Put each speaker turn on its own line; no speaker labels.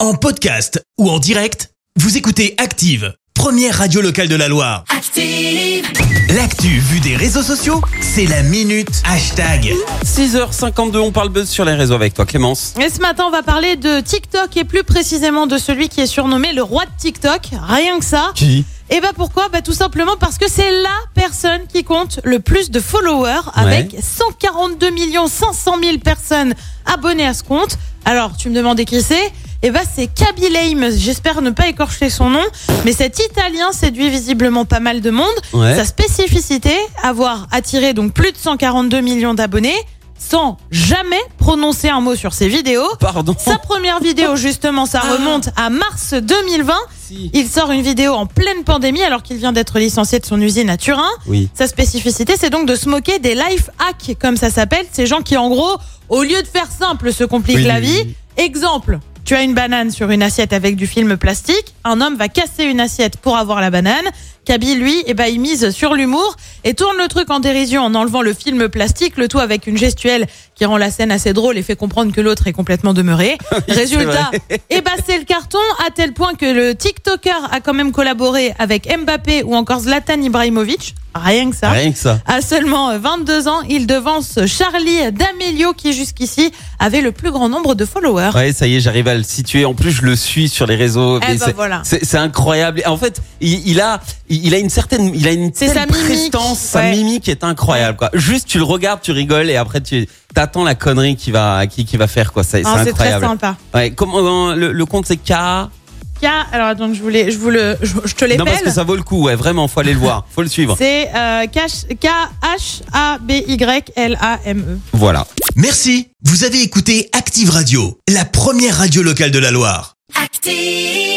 En podcast ou en direct, vous écoutez Active, première radio locale de la Loire.
Active,
L'actu vue des réseaux sociaux, c'est la minute hashtag.
6h52, on parle buzz sur les réseaux avec toi Clémence.
Et ce matin, on va parler de TikTok et plus précisément de celui qui est surnommé le roi de TikTok. Rien que ça.
Qui
Et bah pourquoi Bah tout simplement parce que c'est la personne qui compte le plus de followers avec 142 500 000 personnes abonnées à ce compte. Alors, tu me demandais qui c'est et bah c'est Kaby Lame, j'espère ne pas écorcher son nom, mais cet Italien séduit visiblement pas mal de monde.
Ouais.
Sa spécificité, avoir attiré donc plus de 142 millions d'abonnés sans jamais prononcer un mot sur ses vidéos.
Pardon.
Sa première vidéo, justement, ça remonte à mars 2020.
Si.
Il sort une vidéo en pleine pandémie alors qu'il vient d'être licencié de son usine à Turin.
Oui.
Sa spécificité, c'est donc de se moquer des life hacks, comme ça s'appelle. Ces gens qui, en gros, au lieu de faire simple, se compliquent
Oui,
la
oui,
vie.
oui.
Exemple, tu as une banane sur une assiette avec du film plastique. Un homme va casser une assiette pour avoir la banane. Kaby, lui, eh ben, il mise sur l'humour et tourne le truc en dérision en enlevant le film plastique, le tout avec une gestuelle qui rend la scène assez drôle et fait comprendre que l'autre est complètement demeuré. Résultat, eh ben, c'est le carton à tel point que le TikToker a quand même collaboré avec Mbappé ou encore Zlatan Ibrahimovic. Rien que ça.
Rien que ça.
À seulement 22 ans, il devance Charlie D'Amelio qui jusqu'ici avait le plus grand nombre de followers.
Ouais, ça y est, j'arrive à le situer. En plus, je le suis sur les réseaux.
Eh
mais
ben
c'est-
voilà.
C'est c'est incroyable. En fait, il, il a, il il a une certaine, il a une
C'est
telle
sa mimique,
prestance, sa
ouais.
mimique est incroyable. Quoi. Juste, tu le regardes, tu rigoles, et après, tu t'attends la connerie qui va, qui, qui va faire quoi. C'est c'est
Ah, C'est très
incroyable.
sympa.
Ouais, comment euh, le, le compte c'est K
Kia, alors donc je voulais, je vous le, je, je te
Non, parce que
l'épelle.
ça vaut le coup. Ouais, vraiment, faut aller le voir, faut le suivre.
C'est euh, K H A B Y L A M E.
Voilà.
Merci, vous avez écouté Active Radio, la première radio locale de la Loire.
active.